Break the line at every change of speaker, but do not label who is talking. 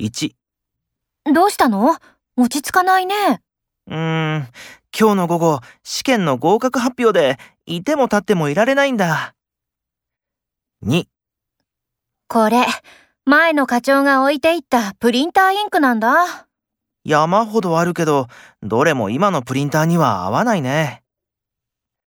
1
どうしたの落ち着かないね。
うーん今日の午後試験の合格発表でいても立ってもいられないんだ2
これ、前の課長が置いていったプリンターインクなんだ。
山ほどあるけどどれも今のプリンターには合わないね